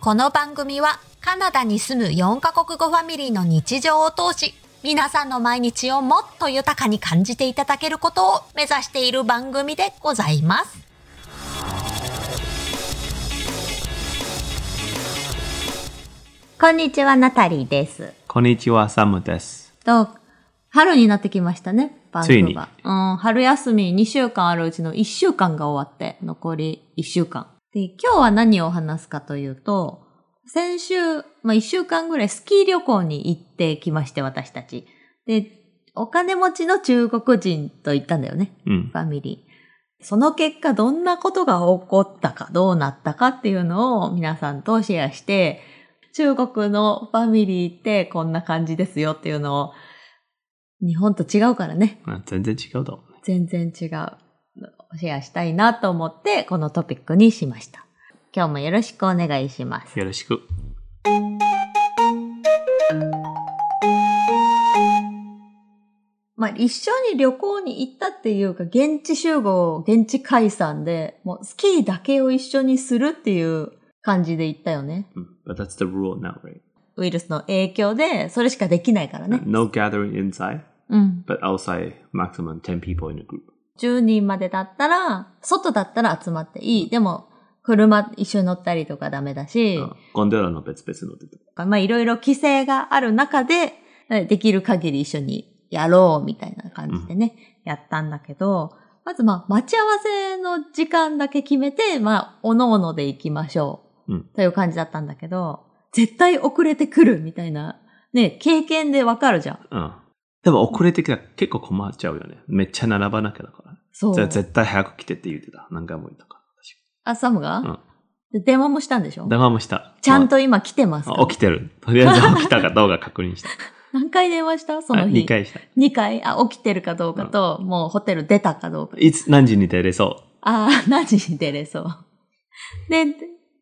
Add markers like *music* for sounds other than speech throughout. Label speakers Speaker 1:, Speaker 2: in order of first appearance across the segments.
Speaker 1: この番組はカナダに住む4カ国語ファミリーの日常を通し、皆さんの毎日をもっと豊かに感じていただけることを目指している番組でございます。こんにちは、ナタリーです。
Speaker 2: こんにちは、サムです。
Speaker 1: と、春になってきましたね、バンク
Speaker 2: つい
Speaker 1: ー
Speaker 2: に
Speaker 1: バー。うん、春休み2週間あるうちの1週間が終わって、残り1週間。で、今日は何を話すかというと、先週、まあ、1週間ぐらいスキー旅行に行ってきまして、私たち。で、お金持ちの中国人と行ったんだよね。
Speaker 2: うん
Speaker 1: フ。ァミリー。その結果、どんなことが起こったか、どうなったかっていうのを皆さんとシェアして、中国のファミリーってこんな感じですよっていうのを、日本と違うからね、
Speaker 2: あ全然違うと思うね。
Speaker 1: 全然違う、シェアしたいなと思って、このトピックにしました。今日もよろしくお願いします。
Speaker 2: よろしく。
Speaker 1: まあ、一緒に旅行に行ったっていうか、現地集合、現地解散で、もうスキーだけを一緒にするっていう感じで行ったよね。
Speaker 2: うん But that's the rule now, right?
Speaker 1: ウイルスの影響で、それしかできないからね。
Speaker 2: No gathering inside,
Speaker 1: うん。
Speaker 2: but outside maximum 10 people in a group.
Speaker 1: 10人までだったら、外だったら集まっていい。でも、車一緒に乗ったりとかダメだし、
Speaker 2: うんゴンドラの別々の出てる
Speaker 1: まあいろいろ規制がある中で、できる限り一緒にやろうみたいな感じでね、やったんだけど、まずまあ待ち合わせの時間だけ決めて、まあ、おのおので行きましょう。
Speaker 2: うん
Speaker 1: という感じだったんだけど、絶対遅れてくるみたいな、ね、経験でわかるじゃん。
Speaker 2: うん。でも遅れてきたら結構困っちゃうよね。めっちゃ並ばなきゃだから。
Speaker 1: そう。
Speaker 2: じゃあ絶対早く来てって言ってた。何回も言ったか
Speaker 1: あ、サムが、
Speaker 2: うん
Speaker 1: で電話もしたんでし
Speaker 2: ら。
Speaker 1: ょ
Speaker 2: 電話もした。
Speaker 1: ちゃんと今来てますか
Speaker 2: あ。起きてる。とりあえず起きたかどうか確 *laughs* 認した。
Speaker 1: 何回電話したその日。
Speaker 2: 2。回した。
Speaker 1: 二回あ、起きてるかどうかと、もうホテル出たかどうか。
Speaker 2: いつ何時に出れそ
Speaker 1: あ *laughs* あ、何時に出れそう。で、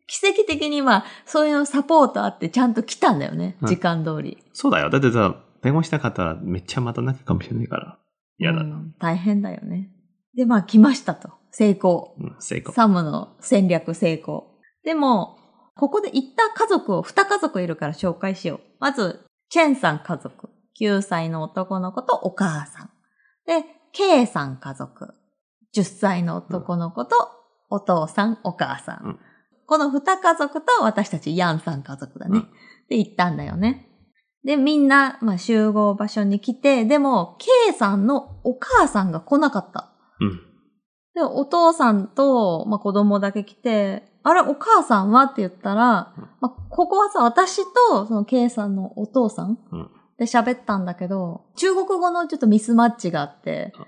Speaker 1: 奇跡的にまあ、そういうサポートあってちゃんと来たんだよね。
Speaker 2: うん
Speaker 1: 時間通り
Speaker 2: う。。そうだよ。だってさ、弁護しなかったらめっちゃ待たなきゃかもしれないから。嫌だ
Speaker 1: う
Speaker 2: な。
Speaker 1: ん大変だよね。で、まあ来ましたと。成功。
Speaker 2: うん、成功。
Speaker 1: サムの戦略成功。でも、ここで行った家族を2家族いるから紹介しよう。まず、チェンさん家族。9歳の男の子とお母さん。で、ケイさん家族。10歳の男の子とお父さん、お母さん。
Speaker 2: うん
Speaker 1: この2家族と私たちヤンさん家族だね。
Speaker 2: うん
Speaker 1: で、行ったんだよね。で、みんな、まあ、集合場所に来て、でも、ケイさんのお母さんが来なかった。
Speaker 2: うん。
Speaker 1: で、お父さんと、まあ、子供だけ来て、あれ、お母さんはって言ったら、
Speaker 2: うん
Speaker 1: まあ、ここはさ、私と、その、ケイさんのお父さん
Speaker 2: うん
Speaker 1: で喋ったんだけど、中国語のちょっとミスマッチがあって
Speaker 2: あ、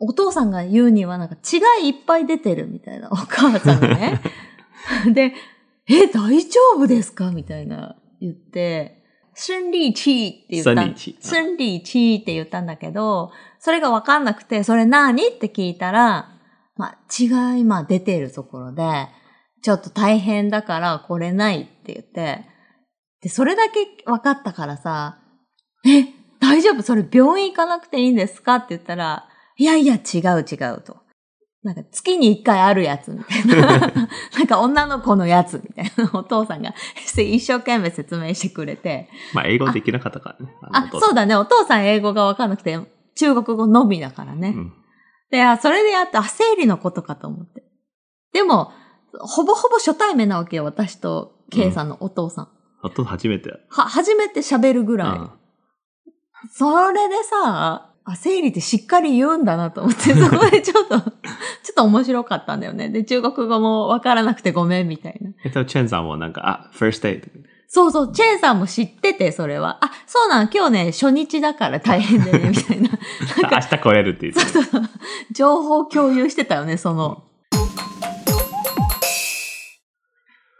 Speaker 1: お父さんが言うにはなんか違いいっぱい出てるみたいな、 *laughs* お母さんがね。
Speaker 2: *laughs*
Speaker 1: で、え、大丈夫ですかみたいな言って、スンリーチーって言ったん。
Speaker 2: スンリーチー
Speaker 1: スンリーチーって言ったんだけど、それがわかんなくて、それ何って聞いたら、まあ、違い、まあ出てるところで、ちょっと大変だからこれないって言って、で、それだけ分かったからさ、え、大丈夫それ病院行かなくていいんですかって言ったら、いやいや、違う違うと。なんか月に一回あるやつみたい
Speaker 2: *laughs*
Speaker 1: な。なんか女の子のやつみたいな。お父さんが *laughs* 一生懸命説明してくれて。
Speaker 2: まあ、英語できなかったからね。
Speaker 1: あ、そう
Speaker 2: だ。
Speaker 1: だね。お父さん英語が分かんなくて、中国語のみだからね。
Speaker 2: うん
Speaker 1: で、あそれでやっと、あ、生理のことかと思って。でも、ほぼほぼ初対面なわけよ、私と、ケイさんのお父さん。
Speaker 2: あと初めて。
Speaker 1: は、初めて喋るぐ
Speaker 2: う
Speaker 1: らい。
Speaker 2: ん
Speaker 1: それでさ、あ、生理ってしっかり言うんだなと思って、そこでちょっと、ちょっと面白かったんだよね。で、中国語もわからなくてごめんみたいな。
Speaker 2: えっと、チェンさんもなんか、あ、first date。
Speaker 1: そうそう、チェンさんも知ってて、それは。あ、そうなん、今日ね、初日だから大変でね、みたいな。
Speaker 2: 明日来れるって言ってた。
Speaker 1: 情報共有してたよね、その。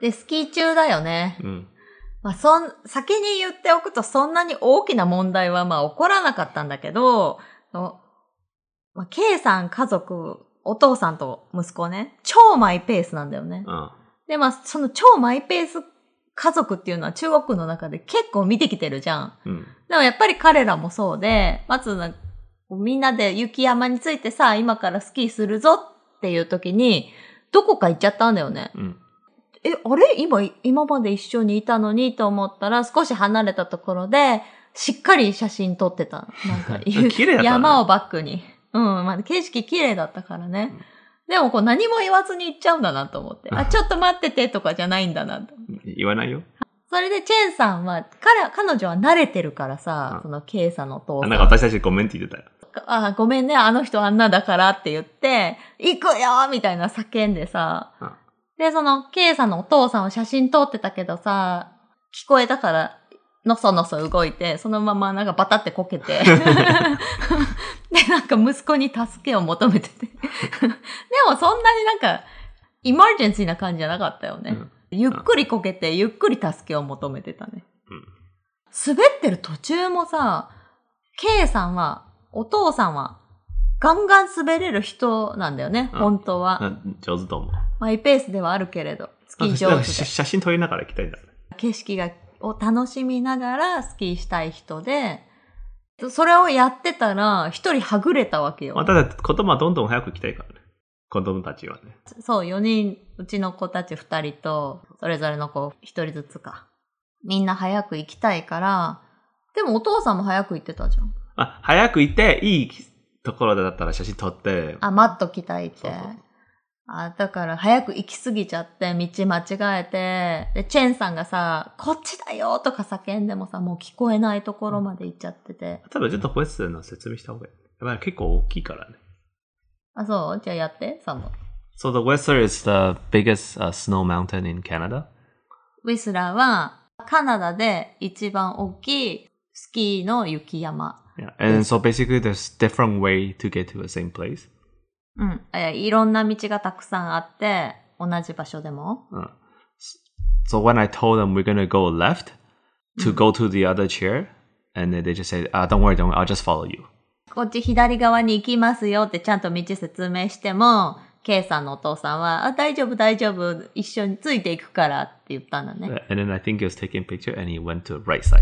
Speaker 1: で、スキー中だよね。
Speaker 2: うん。
Speaker 1: まあ、そん、先に言っておくと、そんなに大きな問題はまあ起こらなかったんだけど、のまあ、K さん家族、お父さんと息子ね、超マイペースなんだよね。
Speaker 2: うん。
Speaker 1: で、まあ、その超マイペース家族っていうのは中国の中で結構見てきてるじゃん。
Speaker 2: うん。
Speaker 1: でもやっぱり彼らもそうで、まずなんかこうみんなで雪山についてさ、今からスキーするぞっていう時に、どこか行っちゃったんだよね。
Speaker 2: うん。、
Speaker 1: え、あれ今、今まで一緒にいたのにと思ったら、少し離れたところで、しっかり写真撮ってた。なんか
Speaker 2: *laughs* 綺麗だったね
Speaker 1: 山をバックに。うん、まあ、景色綺麗だったからね。でも、こう、何も言わずに行っちゃうんだなと思って。
Speaker 2: *laughs*
Speaker 1: あ、ちょっと待っててとかじゃないんだなと。
Speaker 2: 言わないよ。
Speaker 1: それで、チェンさんは、彼、彼女は慣れてるからさ、
Speaker 2: うん
Speaker 1: その、ケイさんのお父
Speaker 2: あ
Speaker 1: さん。
Speaker 2: なんか私たちコメント言ってたよ。
Speaker 1: あ、ごめんね、あの人あんなだからって言って、行くよーみたいな叫んでさ、
Speaker 2: うん
Speaker 1: で、その、K さんのお父さんは写真撮ってたけどさ、聞こえたから、のそのそ動いて、そのままなんかバタってこけ
Speaker 2: *laughs*
Speaker 1: て。で、なんか息子に助けを求めてて。でもそんなになんか、イマージェンシーな感じじゃなかったよね。
Speaker 2: うん
Speaker 1: ゆっくりこけて、ゆっくり助けを求めてたね。
Speaker 2: うん
Speaker 1: 滑ってる途中もさ、K さんは、お父さんは、ガンガン滑れる人なんだよね、
Speaker 2: うん
Speaker 1: 本当は。
Speaker 2: うん上手と思う。
Speaker 1: マイペースではあるけれど、スキー
Speaker 2: なん
Speaker 1: 上
Speaker 2: か
Speaker 1: 手
Speaker 2: 写
Speaker 1: で。
Speaker 2: 写真撮りながら行きたいんだね。
Speaker 1: 景色が、を楽しみながらスキーしたい人で、それをやってたら、一人はぐれたわけよ。
Speaker 2: まあ、ただ、子供はどんどん早く行きたいからね。子供たちはね。
Speaker 1: そう、4人、うちの子たち2人と、それぞれの子1人ずつか。みんな早く行きたいから、でもお父さんも早く行ってたじゃん。
Speaker 2: あ、早く行って、いいところだったら写真撮って、
Speaker 1: あ、待っときたいって。
Speaker 2: そうそう
Speaker 1: あ、だから早く行き過ぎちゃって、道間違えて、で、チェンさんがさ、こっちだよとか叫んでもさ、もう聞こえないところまで行っちゃってて。
Speaker 2: 多分ちょっとこいつの説明した方がいい。やっぱり結構大きいからね。
Speaker 1: あ、そうじゃあやって、サム。
Speaker 2: So the Whistler is the biggest、snow uh, mountain in Canada.
Speaker 1: ウィスラーは、カナダで一番大きいスキーの雪山。
Speaker 2: Yeah. And so basically there's different way to get to the same place.
Speaker 1: うん。えいろんな道がたくさんあって、同じ場所でも。
Speaker 2: So when I told them we're gonna go left to go to the other chair, and then they just said, ah, don't worry, don't worry, I'll just follow you.
Speaker 1: こっち左側に行きますよってちゃんと道説明しても、K さんのお父さんは、あ、大丈夫、大丈夫、一緒についていくからって言ったんだね。
Speaker 2: And then I think he was taking picture and he went to the right side.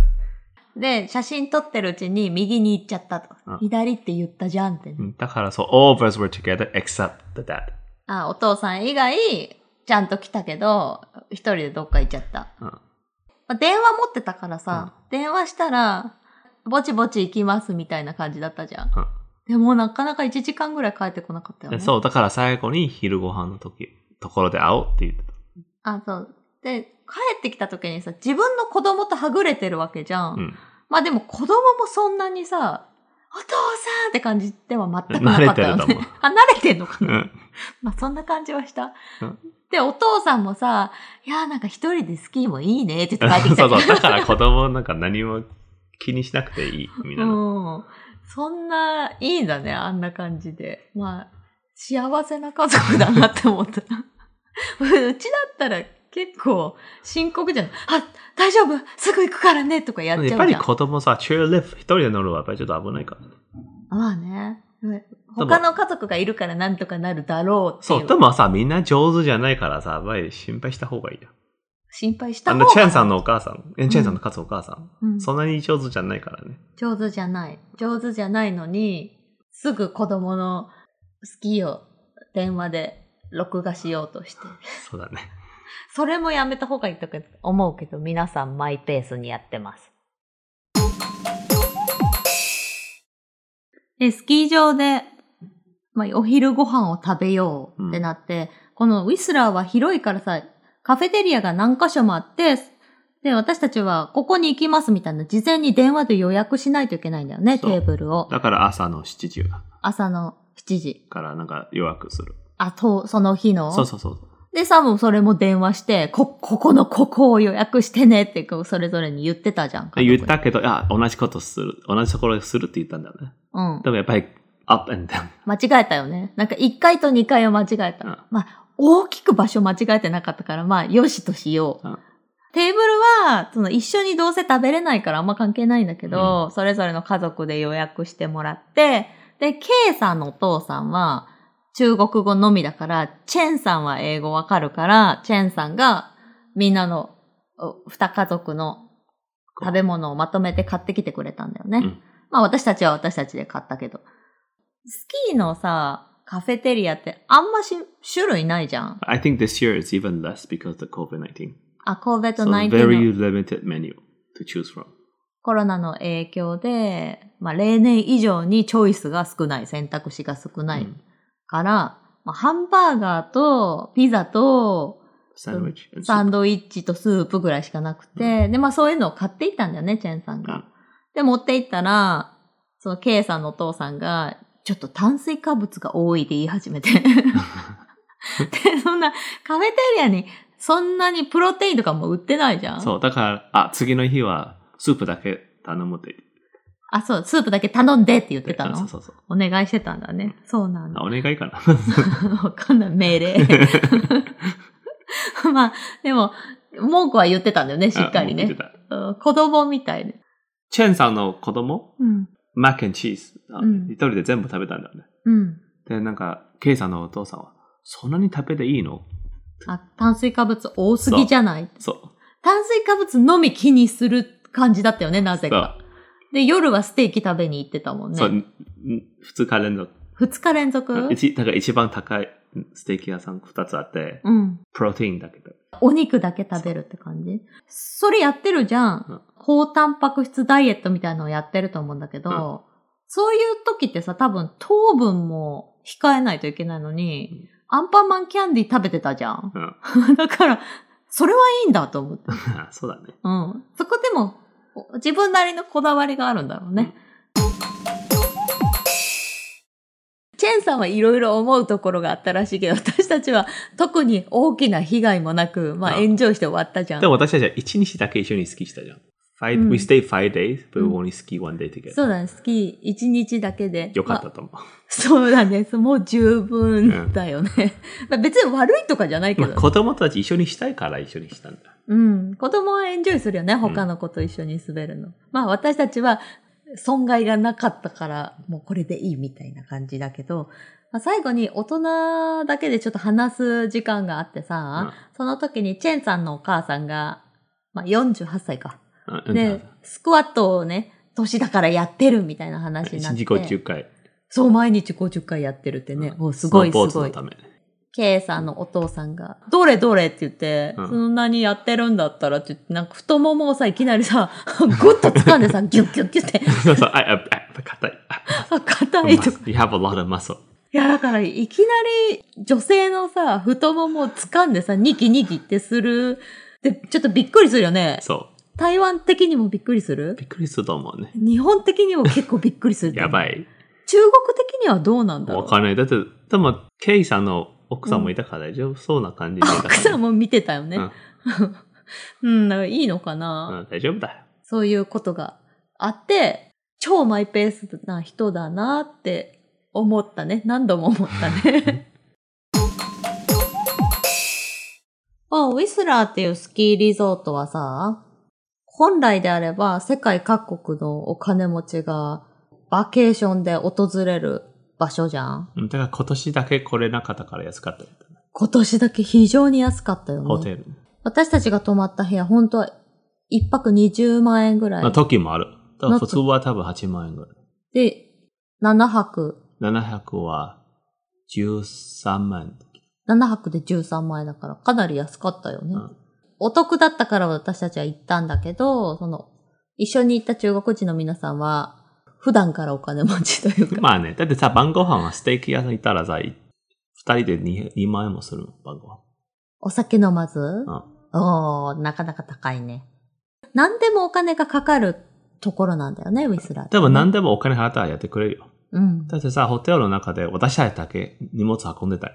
Speaker 1: で、写真撮ってるうちに右に行っちゃったと
Speaker 2: うん。
Speaker 1: 左って言ったじゃんってね、
Speaker 2: Mm, だから so all of us were together except the dad.
Speaker 1: あ、お父さん以外、ちゃんと来たけど、一人でどっか行っちゃった。
Speaker 2: うん
Speaker 1: まあ電話持ってたからさ、電話したら、ぼちぼち行きますみたいな感じだったじゃん。
Speaker 2: うん
Speaker 1: でもなかなか1時間ぐらい帰ってこなかったよね。
Speaker 2: そう、だから最後に昼ご飯の時、ところで会おうって言ってた。
Speaker 1: あ、そう。で、帰ってきた時にさ、自分の子供とはぐれてるわけじゃん。
Speaker 2: うん。
Speaker 1: まあでも子供もそんなにさ、お父さんって感じでは全くなかったよ
Speaker 2: *laughs* 慣れてると思う
Speaker 1: ね。 *laughs* あ、慣れてんのか
Speaker 2: う
Speaker 1: な、
Speaker 2: ん。
Speaker 1: まあそんな感じはした
Speaker 2: うん。
Speaker 1: で、お父さんもさ、いやーなんか一人でスキーもいいねって言
Speaker 2: *laughs*
Speaker 1: って帰ってき
Speaker 2: そ
Speaker 1: たじ
Speaker 2: う
Speaker 1: ゃん
Speaker 2: そう、だから子供なんか何も気にしなくていい、みんなの。
Speaker 1: *laughs* うん。そんな、いいんだね、あんな感じで。まあ、幸せな家族だなって思った。 *laughs* うちだったら結構深刻じゃん。あ、大丈夫すぐ行くからねとかやっち
Speaker 2: やっ
Speaker 1: ゃ
Speaker 2: ぱ
Speaker 1: うじ
Speaker 2: り
Speaker 1: ゃん。
Speaker 2: 子供さ、チューリフト、一人で乗るはやっぱりちょっと危ないからね。
Speaker 1: まあね。他の家族がいるからなんとかなるだろうってい。
Speaker 2: そうう、でもさ、みんな上手じゃないからさ、やっぱり心配した方がいいよ。
Speaker 1: 心配した
Speaker 2: あ
Speaker 1: 方
Speaker 2: の、
Speaker 1: が
Speaker 2: チェンさんのお母さん、えチェンさんの家族お母さん、
Speaker 1: うん
Speaker 2: そんなに上手じゃないからね。
Speaker 1: 上手じゃない。上手じゃないのに、すぐ子供のスキーを電話で録画しようとして。
Speaker 2: そうだね。
Speaker 1: それもやめた方がいいとか思うけど、皆さんマイペースにやってます。で、スキー場で、まあ、お昼ご飯を食べようってなって、このウィスラーは広いからさ、カフェテリアが何箇所もあって、で、私たちはここに行きますみたいな、事前に電話で予約しないといけないんだよね、テ
Speaker 2: そう
Speaker 1: ーブルを。
Speaker 2: だから朝の7時
Speaker 1: 朝の7時。
Speaker 2: からなんか予約する。
Speaker 1: あと、その日の。
Speaker 2: そうそうそう。
Speaker 1: で、サムそれも電話して、こ、ここのここを予約してねって、こう、それぞれに言ってたじゃん。
Speaker 2: で言ったけど、あ、同じことする、同じところでするって言ったんだよね。
Speaker 1: うん。
Speaker 2: でもやっぱり、アップ and down。
Speaker 1: 間違えたよね。なんか1回と2回を間違えた。
Speaker 2: うん
Speaker 1: まあ、大きく場所間違えてなかったから、まあ、よしとしよう。
Speaker 2: うん
Speaker 1: テーブルは、その一緒にどうせ食べれないからあんま関係ないんだけど、それぞれの家族で予約してもらって、で、K さんのお父さんは中国語のみだから、チェンさんは英語わかるから、チェンさんがみんなのお二家族の食べ物をまとめて買ってきてくれたんだよね。
Speaker 2: うん
Speaker 1: まあ私たちは私たちで買ったけど。スキーのさ、カフェテリアってあんまし種類ないじゃん。
Speaker 2: I think this year it's even less because of the COVID 19.
Speaker 1: あ、COVID-19
Speaker 2: So
Speaker 1: の
Speaker 2: very limited menu to choose from.
Speaker 1: コロナの影響で、まあ、例年以上にチョイスが少ない、選択肢が少ない
Speaker 2: うん
Speaker 1: から、まあ、ハンバーガーとピザと
Speaker 2: Sandwich and
Speaker 1: サ
Speaker 2: soup.
Speaker 1: ンドイッチとスープぐらいしかなくて、で、まあそういうのを買っていったんだよね、チェンさんが。
Speaker 2: うん
Speaker 1: で、持っていったら、その K さんのお父さんが、ちょっと炭水化物が多いで言い始
Speaker 2: *laughs*
Speaker 1: めて。で、そんなカフェテリアにそんなにプロテインとかも売ってないじゃん。
Speaker 2: そう、だから、あ、次の日はスープだけ頼むって
Speaker 1: あ、そう、スープだけ頼んでって言っ
Speaker 2: 言
Speaker 1: て
Speaker 2: っ
Speaker 1: た
Speaker 2: てあそ
Speaker 1: の
Speaker 2: う。そうそう。
Speaker 1: お願いしてたんだね。そうなんだ
Speaker 2: あ、。お願いか
Speaker 1: *laughs*
Speaker 2: な。
Speaker 1: わかんない、命
Speaker 2: *laughs*
Speaker 1: 令。まあ、でも、文句は言ってたんだよね、しっかり
Speaker 2: *laughs* あもう言
Speaker 1: ね
Speaker 2: って。た
Speaker 1: うん子供みたいで。
Speaker 2: チェンさんの子供、
Speaker 1: うん。
Speaker 2: マックンチーズ、あ
Speaker 1: うん
Speaker 2: 一人で全部食べたんだよね。
Speaker 1: うん。
Speaker 2: で、なんか、ケイさんのお父さんは、そんなに食べていいの
Speaker 1: あ、炭水化物多すぎじゃない
Speaker 2: そう。
Speaker 1: 炭水化物のみ気にする感じだったよね、なぜ
Speaker 2: そう
Speaker 1: か。で、夜はステーキ食べに行ってたもん
Speaker 2: そう、
Speaker 1: ね。
Speaker 2: ん2日連続。
Speaker 1: 二日連続
Speaker 2: 一なんか一番高いステーキ屋さん2つあって、
Speaker 1: うん。
Speaker 2: プロテインだけど。
Speaker 1: お肉だけ食べるって感じそれやってるじゃ
Speaker 2: うん
Speaker 1: ん。高タンパク質ダイエットみたいなのをやってると思うんだけど、そういう時ってさ、多分糖分も控えないといけないのに、アンパンマンキャンディー食べてたじゃん。
Speaker 2: う
Speaker 1: *laughs*
Speaker 2: ん
Speaker 1: だから、それはいいんだと思って。
Speaker 2: あそう
Speaker 1: *laughs*
Speaker 2: だね。
Speaker 1: うん。そこでも、お自分なりのこだわりがあるんだろうね。チェンさんはいろいろ思うところがあったらしいけど、私たちは特に大きな被害もなく、まあ、
Speaker 2: うん
Speaker 1: 炎上して終わったじゃん
Speaker 2: で。も私たちは1日だけ一緒にスキーしたじゃん。Five-
Speaker 1: うん
Speaker 2: We stayed five days, but
Speaker 1: う
Speaker 2: we
Speaker 1: ん
Speaker 2: only ski one day together.
Speaker 1: そうだね、スキー一日だけで。
Speaker 2: よかっ
Speaker 1: ま
Speaker 2: た
Speaker 1: あ
Speaker 2: と思う。
Speaker 1: そうだね、もう十分だよね。まあ別に悪いとかじゃないけ
Speaker 2: まあ、
Speaker 1: ど。
Speaker 2: 子供たち一緒にしたいから一緒にしたんだ。
Speaker 1: うん。子供はエンジョイするよね。他の子と一緒に滑るの。まあ私たちは損害がなかったから、もうこれでいいみたいな感じだけど、まあ、最後に大人だけでちょっと話す時間があってさ、その時にチェンさんのお母さんが、まあ48歳か。
Speaker 2: うんうん
Speaker 1: で、スクワットをね、年だからやってるみたいな話にな
Speaker 2: 一
Speaker 1: っ
Speaker 2: 日
Speaker 1: て。
Speaker 2: 50回。
Speaker 1: そう、毎日50回やってるってね。
Speaker 2: うん
Speaker 1: もうすごい
Speaker 2: ス
Speaker 1: す
Speaker 2: ノーボード
Speaker 1: ご
Speaker 2: の
Speaker 1: い
Speaker 2: た。め。
Speaker 1: K さんのお父さんが、どれどれって言って、
Speaker 2: うん
Speaker 1: そんなにやってるんだったらって言って、なんか太ももをさ、いきなりさ、 *laughs* グッと掴んでさ、ギュッギュッギュッって、
Speaker 2: そうそう、あ、あ、あ、硬い。
Speaker 1: *laughs*
Speaker 2: あ
Speaker 1: あ硬いとか。
Speaker 2: You have a lot of muscle.
Speaker 1: いや、だから、いきなり女性のさ、太ももを掴んでさ、ニキニキってする。で、ちょっとびっくりするよね。
Speaker 2: そ
Speaker 1: 台湾的にもびっくりす
Speaker 2: う。
Speaker 1: る
Speaker 2: びっくりすると思うね。
Speaker 1: 日本的にも結構びっくりする。
Speaker 2: やば。い。
Speaker 1: 中国的にはどうなんだろ
Speaker 2: わ
Speaker 1: う
Speaker 2: かんない。だって、でも、ケイさんの奥さんもいたから大丈夫そうな感じでいたから。
Speaker 1: 奥さんも見てたよね。
Speaker 2: うん
Speaker 1: *laughs* うん、だからいいのかな。
Speaker 2: うん大丈夫だよ。
Speaker 1: そういうことがあって、超マイペースな人だなって思ったね。何度も思ったね。
Speaker 2: *laughs*
Speaker 1: まあ、ウィスラーっていうスキーリゾートはさ、本来であれば世界各国のお金持ちがバケーションで訪れる場所じゃん
Speaker 2: うんだから今年だけ来れなかったから安かった。
Speaker 1: 今年だけ非常に安かったよね。
Speaker 2: ホテル。
Speaker 1: 私たちが泊まった部屋、本当は一泊20万円ぐら
Speaker 2: の
Speaker 1: い。
Speaker 2: 時もある。だから
Speaker 1: の
Speaker 2: 普通は多分8万円ぐらい。
Speaker 1: で、7泊
Speaker 2: 700は13万
Speaker 1: 7泊で13万円だからかなり安かったよね。
Speaker 2: うん
Speaker 1: お得だったから私たちは行ったんだけど、その、一緒に行った中国人の皆さんは、普段からお金持ちというか、
Speaker 2: まあね、だってさ、晩ご飯はステーキ屋さん行ったらさ、い二人で 2, 2万円もするの、晩ご飯。
Speaker 1: お酒飲まず、
Speaker 2: ん
Speaker 1: おー、なかなか高いね。何でもお金がかかるところなんだよね、ウィスラーって、
Speaker 2: で
Speaker 1: ね。
Speaker 2: も何でもお金払ったらやってくれるよ。
Speaker 1: うん。
Speaker 2: だってさ、ホテルの中で私たちだけ荷物運んでたよ。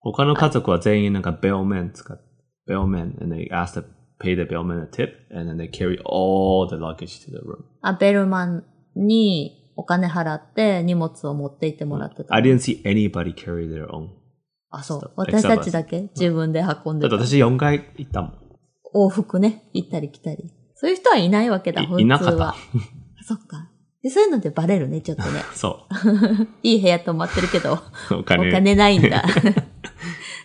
Speaker 2: 他の家族は全員なんかベルメン使って、ベルメン、and they asked to pay the bellman a tip, and then they carry all the luggage to the room.
Speaker 1: あ、ベルマンにお金払って荷物を持って行ってもらってた。
Speaker 2: I didn't see anybody carry their own.
Speaker 1: あ、そ
Speaker 2: そう
Speaker 1: う。私たちだけ自分で運ん
Speaker 2: だ
Speaker 1: で
Speaker 2: っ
Speaker 1: た。
Speaker 2: て私4回行ったもん。
Speaker 1: 往復ね、行ったり来たり。そういう人はいないわけだ、
Speaker 2: い
Speaker 1: 普通は。
Speaker 2: いなかった
Speaker 1: あそっか。で、そういうのでバレるね、ちょっと
Speaker 2: *laughs*
Speaker 1: ね。
Speaker 2: そ
Speaker 1: いい部屋泊まってるけど、
Speaker 2: う。お
Speaker 1: お
Speaker 2: 金。
Speaker 1: 金ない
Speaker 2: *laughs*
Speaker 1: んだ。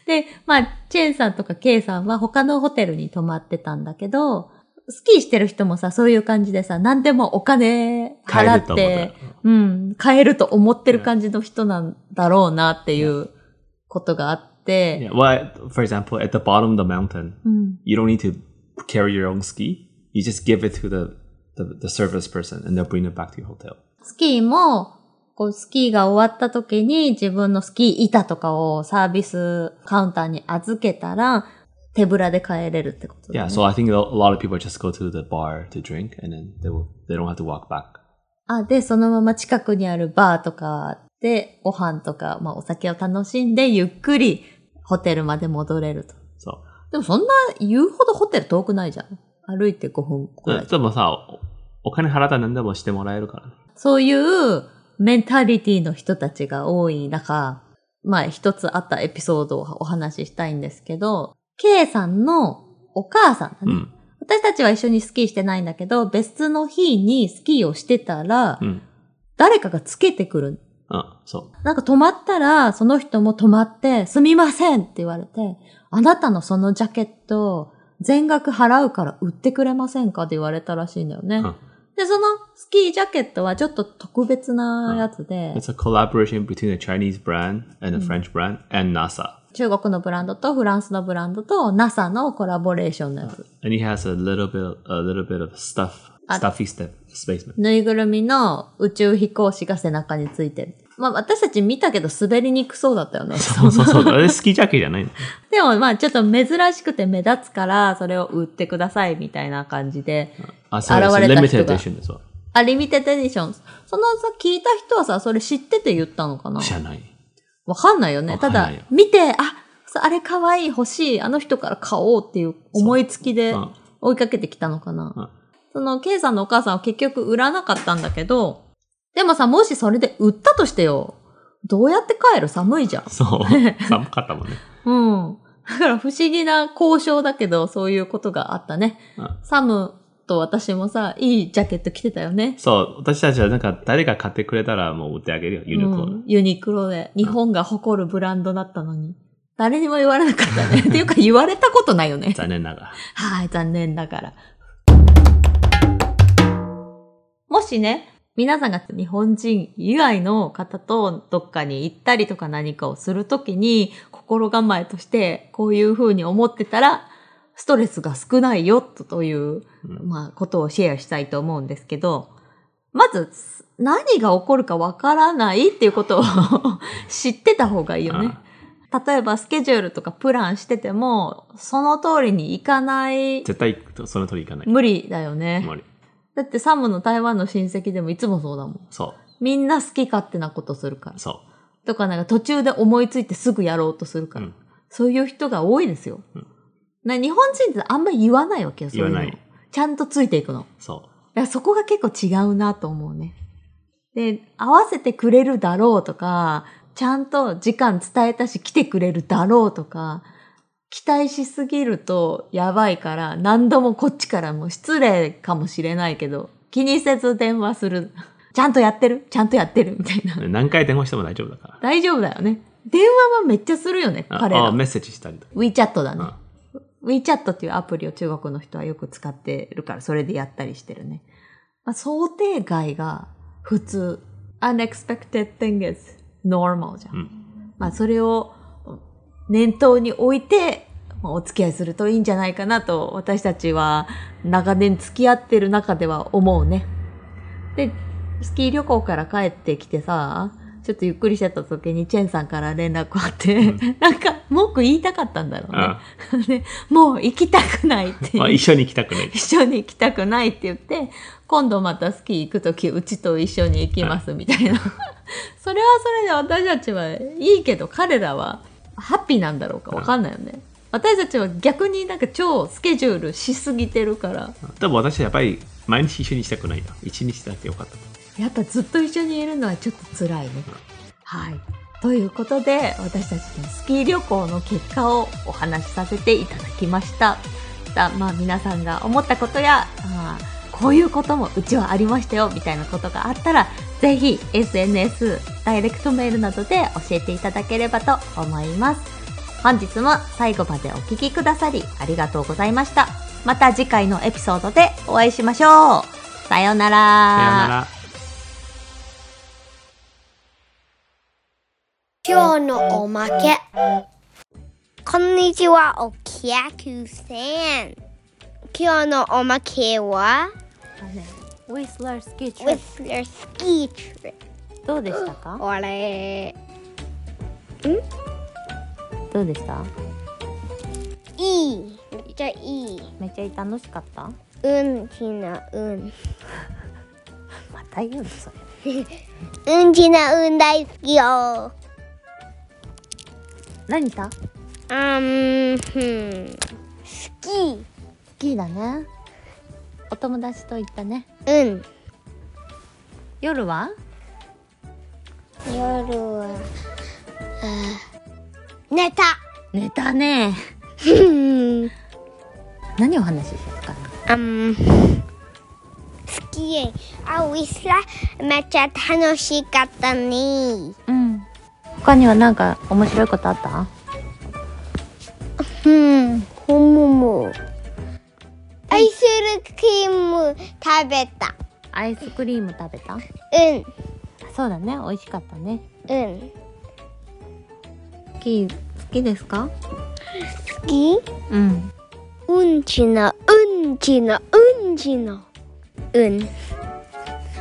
Speaker 1: で、まあ、チェンさんとかケイさんは他のホテルに泊まってたんだけど、スキーしてる人もさ、そういう感じでさ、何でもお金
Speaker 2: 帰
Speaker 1: 払
Speaker 2: る
Speaker 1: っ
Speaker 2: と思った
Speaker 1: て、うん、買えると思ってる感じの人なんだろうなっていうことがあって、
Speaker 2: Yeah, well, for example, at the bottom of the mountain,
Speaker 1: うん、
Speaker 2: you don't need to carry your own ski. You just give it to the, the, the service person and they'll bring it back to your hotel.
Speaker 1: スキーも、こう、スキーが終わった時に自分のスキー板とかをサービスカウンターに預けたら、手ぶらで帰れるってことだ
Speaker 2: Yeah,
Speaker 1: ね。
Speaker 2: so I think a lot of people just go to the bar to drink and then they, will, they don't have to walk back.
Speaker 1: あ、で、そのまま近くにあるバーとかで、ご飯とか、まあお酒を楽しんで、ゆっくりホテルまで戻れると。
Speaker 2: So,
Speaker 1: でもそんな言うほどホテル遠くないじゃん。歩いて5分くらい。
Speaker 2: でもさ、お金払ったら何でもしてもらえるから。
Speaker 1: そういうメンタリティの人たちが多い中、まあ一つあったエピソードをお話ししたいんですけど、K さんのお母さんだね。私たちは一緒にスキーしてないんだけど、別の日にスキーをしてたら、誰かがつけてくる。
Speaker 2: うん。うん。そう。
Speaker 1: なんか止まったら、その人も止まって、すみませんって言われて、あなたのそのジャケット、全額払うから売ってくれませんかって言われたらしいんだよね。
Speaker 2: うん
Speaker 1: で、そのスキージャケットはちょっと特別なやつで、
Speaker 2: It's a collaboration between a Chinese brand and a French brand and NASA.
Speaker 1: 中国のブランドとフランスのブランドと NASA のコラボレーションのやつ。
Speaker 2: And he has a little bit, a little bit of stuff, stuffy step, spaceman.
Speaker 1: ぬいぐるみの宇宙飛行士が背中についてる。まあ私たち見たけど滑りにくそうだったよね。
Speaker 2: そうそうそう。あれ、スキージャケじゃないの。
Speaker 1: でもまあちょっと珍しくて目立つからそれを売ってくださいみたいな感じで。
Speaker 2: あ、そうです。
Speaker 1: 現れた人が。
Speaker 2: limited edition
Speaker 1: あ、リミテッドエディション。そのさ、聞いた人はさ、それ知ってて言ったのかなわかんないよね。
Speaker 2: わ
Speaker 1: た
Speaker 2: かんな
Speaker 1: だ
Speaker 2: いよ、
Speaker 1: 見て、あ、そうあれ可愛い、欲しい、あの人から買おうっていう思いつきで
Speaker 2: うん
Speaker 1: 追いかけてきたのかな。
Speaker 2: うん
Speaker 1: その、K さんのお母さんは結局売らなかったんだけど、でもさ、もしそれで売ったとしてよ、どうやって帰る寒いじゃん。
Speaker 2: そう。寒かったもんね。うん。
Speaker 1: うん。だから不思議な交渉だけど、そういうことがあったね。サムと私もさ、いいジャケット着てたよね。
Speaker 2: そう、私たちはなんか誰が買ってくれたらもう売ってあげるよ、ユニクロ
Speaker 1: う
Speaker 2: の
Speaker 1: ん。ユニクロで。日本が誇るブランドだったのに。誰にも言われなか
Speaker 2: *laughs*
Speaker 1: ったね。っていうか言われたことないよね。
Speaker 2: 残念なが
Speaker 1: はい、残念ながら。もしね、皆さんが日本人以外の方とどっかに行ったりとか何かをするときに心構えとしてこういうふうに思ってたらストレスが少ないよとという、
Speaker 2: うん
Speaker 1: まあ、ことをシェアしたいと思うんですけど、まず何が起こるかわからないっていうことを *laughs* 知ってた方がいいよね。例えばスケジュールとかプランしてても、その通りにいかない、
Speaker 2: 絶対その通りいかない。
Speaker 1: 無理だよね。
Speaker 2: 無理。
Speaker 1: だってサムの台湾の親戚でもいつもそうだもん。
Speaker 2: そ
Speaker 1: みんな好き勝手なことするから
Speaker 2: う、。そ
Speaker 1: とかなんか途中で思いついてすぐやろうとする
Speaker 2: う。う
Speaker 1: から。
Speaker 2: ん、
Speaker 1: そういう人が多いですよ。
Speaker 2: うん
Speaker 1: な日本人ってあんまり言わないわけよ、そういうの
Speaker 2: 言わない
Speaker 1: ちゃんとついていくの。だ
Speaker 2: そ
Speaker 1: からそこが結構違うなと思うね。で、合わせてくれるだろうとか、ちゃんと時間伝えたし来てくれるだろうとか、期待しすぎるとやばいから、何度もこっちからも失礼かもしれないけど、気にせず電話する。ちゃんとやってるちゃんとやってるみたいな。
Speaker 2: う。何回電話しても大丈夫だから。
Speaker 1: 大丈夫だよね。電話はめっちゃするよね、
Speaker 2: あ
Speaker 1: 彼ら
Speaker 2: あ。メッセージしたりとか。
Speaker 1: WeChat だね。
Speaker 2: あ
Speaker 1: WeChat っていうアプリを中国の人はよく使ってるから、それでやったりしてるね。まあ、想定外が普通。unexpected thing is normal じゃん。
Speaker 2: うん
Speaker 1: まあ、それを念頭に置いて、まあお付き合いするといいんじゃないかなと、私たちは長年付き合ってる中では思うね。で、スキー旅行から帰ってきてさ、ちょっとゆっくりしてた時にチェンさんから連絡あって、 *laughs* なんか文句言いたかったんだ *laughs* ろうね。
Speaker 2: あ
Speaker 1: でもう行きたくないって
Speaker 2: まあ、一緒に行きたくない。
Speaker 1: 一緒に行きたくないって言って今度またスキー行く時うちと一緒に行きますみたいなそれはそれで私たちはいいけど彼らはハッピーなんだろうか分かんないよね私たちは逆になんか超スケジュールしすぎてるから
Speaker 2: でも私はやっぱり毎日一緒にしたくないな。一日だってよかった。
Speaker 1: やっぱずっと一緒にいるのはちょっと辛いねはいということで私たちのスキー旅行の結果をお話しさせていただきましただまあ皆さんが思ったことやあーこういうこともうちはありましたよみたいなことがあったらぜひ SNS ダイレクトメールなどで教えていただければと思います本日も最後までお聞きくださりありがとうございました
Speaker 3: また次回のエピソードでお会いしましょう。さようなら。
Speaker 2: さよなら。
Speaker 4: 今日のおまけ。こんにちは、おきやくせん。今日のおまけは、
Speaker 1: ウィスラースキーチ
Speaker 4: ウィスラースキーチップ。
Speaker 1: どうでしたか
Speaker 4: あれ、
Speaker 1: どうでした
Speaker 4: いい。めっちゃいい。
Speaker 1: めっちゃ楽しかった
Speaker 4: うんちなうん。
Speaker 1: また言うのそれ
Speaker 4: うんちなうん大好きよ。
Speaker 1: 何た好
Speaker 4: あん、ふん。好
Speaker 1: きだねお友達と行ったね
Speaker 4: き。うん。
Speaker 1: 夜は
Speaker 4: 夜は、あー寝た。
Speaker 1: 寝たね
Speaker 4: うん。
Speaker 1: 何お話ししようかな
Speaker 4: Um, skiing. Ah, Wisla, macam tanoshi kata ni.
Speaker 1: うん他にはなんか面白いことあった
Speaker 4: Hmm, humumu. Ice cream tabeta.
Speaker 1: アイスクリーム食べた
Speaker 4: Un,
Speaker 1: そうだね美味しかったね
Speaker 4: un.
Speaker 1: 好き好きですか
Speaker 4: Ski?
Speaker 1: うん
Speaker 4: Unchina, unchina, unchina. Un.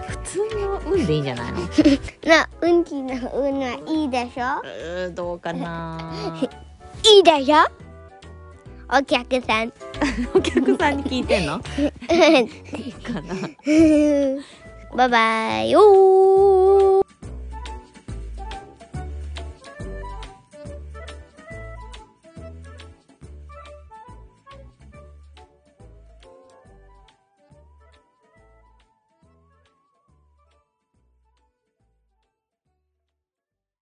Speaker 1: 普通の運でいいんじゃ *laughs* ないの
Speaker 4: Na, unchina, un wa ii desho?
Speaker 1: うーどうかな
Speaker 4: Ii desho? Okyaku-san.
Speaker 1: *laughs* お客さんに聞いてんの *laughs* いいかな
Speaker 4: *laughs* Bye-bye. Yo.